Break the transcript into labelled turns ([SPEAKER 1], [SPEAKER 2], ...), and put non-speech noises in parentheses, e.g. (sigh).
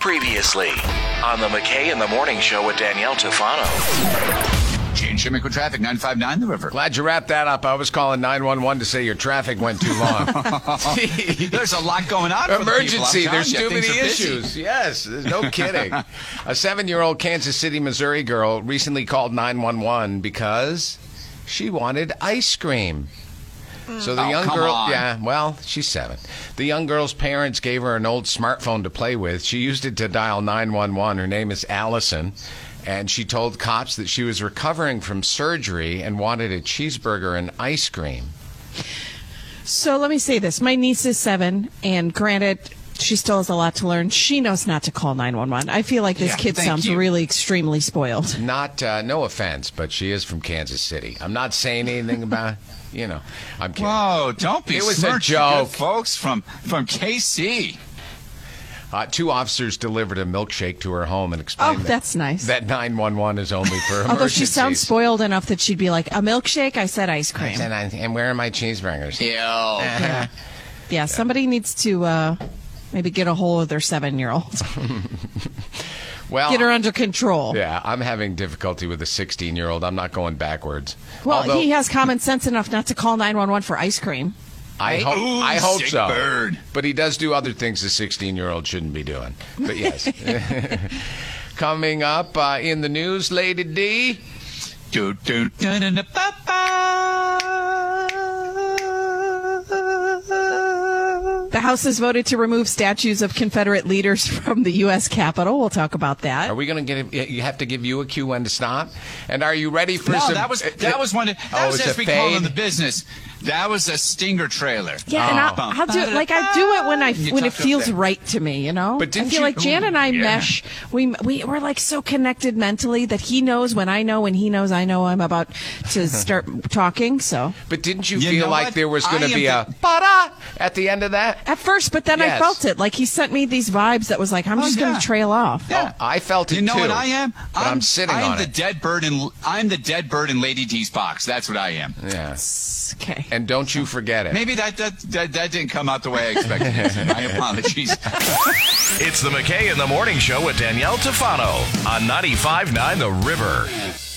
[SPEAKER 1] Previously on the McKay in the Morning Show with Danielle Tufano.
[SPEAKER 2] Gene Shimmick with traffic 959 The River.
[SPEAKER 3] Glad you wrapped that up. I was calling 911 to say your traffic went too long. (laughs)
[SPEAKER 2] There's a lot going on. for the people, I'm
[SPEAKER 3] Emergency.
[SPEAKER 2] telling
[SPEAKER 3] There's
[SPEAKER 2] you,
[SPEAKER 3] too
[SPEAKER 2] things
[SPEAKER 3] many
[SPEAKER 2] are busy.
[SPEAKER 3] issues. Yes, there's no
[SPEAKER 2] (laughs)
[SPEAKER 3] kidding. a seven year old Kansas City, Missouri girl recently called 911 because she wanted ice cream. So the
[SPEAKER 2] Oh,
[SPEAKER 3] young
[SPEAKER 2] come
[SPEAKER 3] girl,
[SPEAKER 2] on.
[SPEAKER 3] yeah, well, she's seven. The young girl's parents gave her an old smartphone to play with. She used it to dial 911. Her name is Allison. And she told cops that she was recovering from surgery and wanted a cheeseburger and ice cream.
[SPEAKER 4] So let me say this. My niece is seven, and granted, she still has a lot to learn. She knows not to call 911. I feel like this
[SPEAKER 2] Yeah,
[SPEAKER 4] kid
[SPEAKER 2] thank
[SPEAKER 4] sounds
[SPEAKER 2] you.
[SPEAKER 4] really extremely spoiled.
[SPEAKER 3] Not, uh, no offense, but she is from Kansas City. I'm not saying anything about, (laughs) you know, I'm kidding.
[SPEAKER 2] Whoa, don't be
[SPEAKER 3] It was a
[SPEAKER 2] smirched, you
[SPEAKER 3] joke.
[SPEAKER 2] good folks from from KC.
[SPEAKER 3] Uh, two officers delivered a milkshake to her home and
[SPEAKER 4] Oh,
[SPEAKER 3] explained that,
[SPEAKER 4] that's nice.
[SPEAKER 3] that 911 is only for emergencies.
[SPEAKER 4] (laughs) Although she sounds spoiled enough that she'd be like, a milkshake? I said ice cream.
[SPEAKER 3] And, I, and where are my cheeseburgers?
[SPEAKER 2] Ew.
[SPEAKER 4] yeah. Yeah, somebody needs to uh, maybe get a hold of their seven year old,
[SPEAKER 3] Well,
[SPEAKER 4] get her under control.
[SPEAKER 3] Yeah, I'm having difficulty with a 16 year old. I'm not going backwards.
[SPEAKER 4] Well,
[SPEAKER 3] Although,
[SPEAKER 4] he has common sense enough not to call 911 for ice cream.
[SPEAKER 3] I hope.
[SPEAKER 2] Ooh,
[SPEAKER 3] I hope
[SPEAKER 2] sick
[SPEAKER 3] so.
[SPEAKER 2] bird.
[SPEAKER 3] But he does do other things a 16 year old shouldn't be doing. But
[SPEAKER 4] (laughs)
[SPEAKER 3] yes. (laughs) Coming up uh, in the news, Lady D.
[SPEAKER 2] Do, do, da, da, da, ba, ba.
[SPEAKER 4] The House has voted to remove statues of Confederate leaders (laughs) from the U.S. Capitol. We'll talk about that.
[SPEAKER 3] Are we going to get? You have to give you a cue when to stop. And are you ready for
[SPEAKER 2] No,
[SPEAKER 3] some?
[SPEAKER 2] that was that was one. That
[SPEAKER 3] Oh,
[SPEAKER 2] was
[SPEAKER 3] it's
[SPEAKER 2] as
[SPEAKER 3] a
[SPEAKER 2] we call in
[SPEAKER 3] fade?
[SPEAKER 2] the business. That was a stinger trailer.
[SPEAKER 4] Yeah, and I'll,
[SPEAKER 3] Oh.
[SPEAKER 4] I'll do it like I do it when I
[SPEAKER 2] You
[SPEAKER 4] when it
[SPEAKER 2] tucked up
[SPEAKER 4] feels
[SPEAKER 2] there.
[SPEAKER 4] right to me, you know.
[SPEAKER 3] But
[SPEAKER 4] I
[SPEAKER 3] didn't
[SPEAKER 4] feel
[SPEAKER 3] you-
[SPEAKER 4] like Jan and I
[SPEAKER 2] Ooh, yeah.
[SPEAKER 4] mesh. We we we're like so connected mentally that he knows when I know when he knows I know I'm about
[SPEAKER 2] (laughs)
[SPEAKER 4] to start talking. So
[SPEAKER 3] But didn't you,
[SPEAKER 2] You
[SPEAKER 3] feel
[SPEAKER 2] know
[SPEAKER 3] like
[SPEAKER 2] what?
[SPEAKER 3] there was going
[SPEAKER 2] I
[SPEAKER 3] to
[SPEAKER 2] am
[SPEAKER 3] be a
[SPEAKER 2] the-
[SPEAKER 3] ba at the end of that?
[SPEAKER 4] at first, but then I
[SPEAKER 3] Yes.
[SPEAKER 4] felt it. Like he sent me these vibes that was like I'm
[SPEAKER 2] Oh,
[SPEAKER 4] just
[SPEAKER 2] yeah.
[SPEAKER 4] going to trail off.
[SPEAKER 2] Yeah.
[SPEAKER 3] Oh, I felt it
[SPEAKER 2] You know
[SPEAKER 3] too.
[SPEAKER 2] what I am?
[SPEAKER 3] But I'm sitting
[SPEAKER 2] I'm
[SPEAKER 3] on
[SPEAKER 2] the
[SPEAKER 3] it.
[SPEAKER 2] dead bird in I'm the dead bird in Lady D's box. That's what I am.
[SPEAKER 3] Yeah.
[SPEAKER 4] Okay.
[SPEAKER 3] And don't you forget it.
[SPEAKER 2] Maybe that that, that that didn't come out the way I expected.
[SPEAKER 3] (laughs)
[SPEAKER 2] it. My apologies.
[SPEAKER 1] It's the McKay in the Morning Show with Danielle Tufano on 95.9 The River.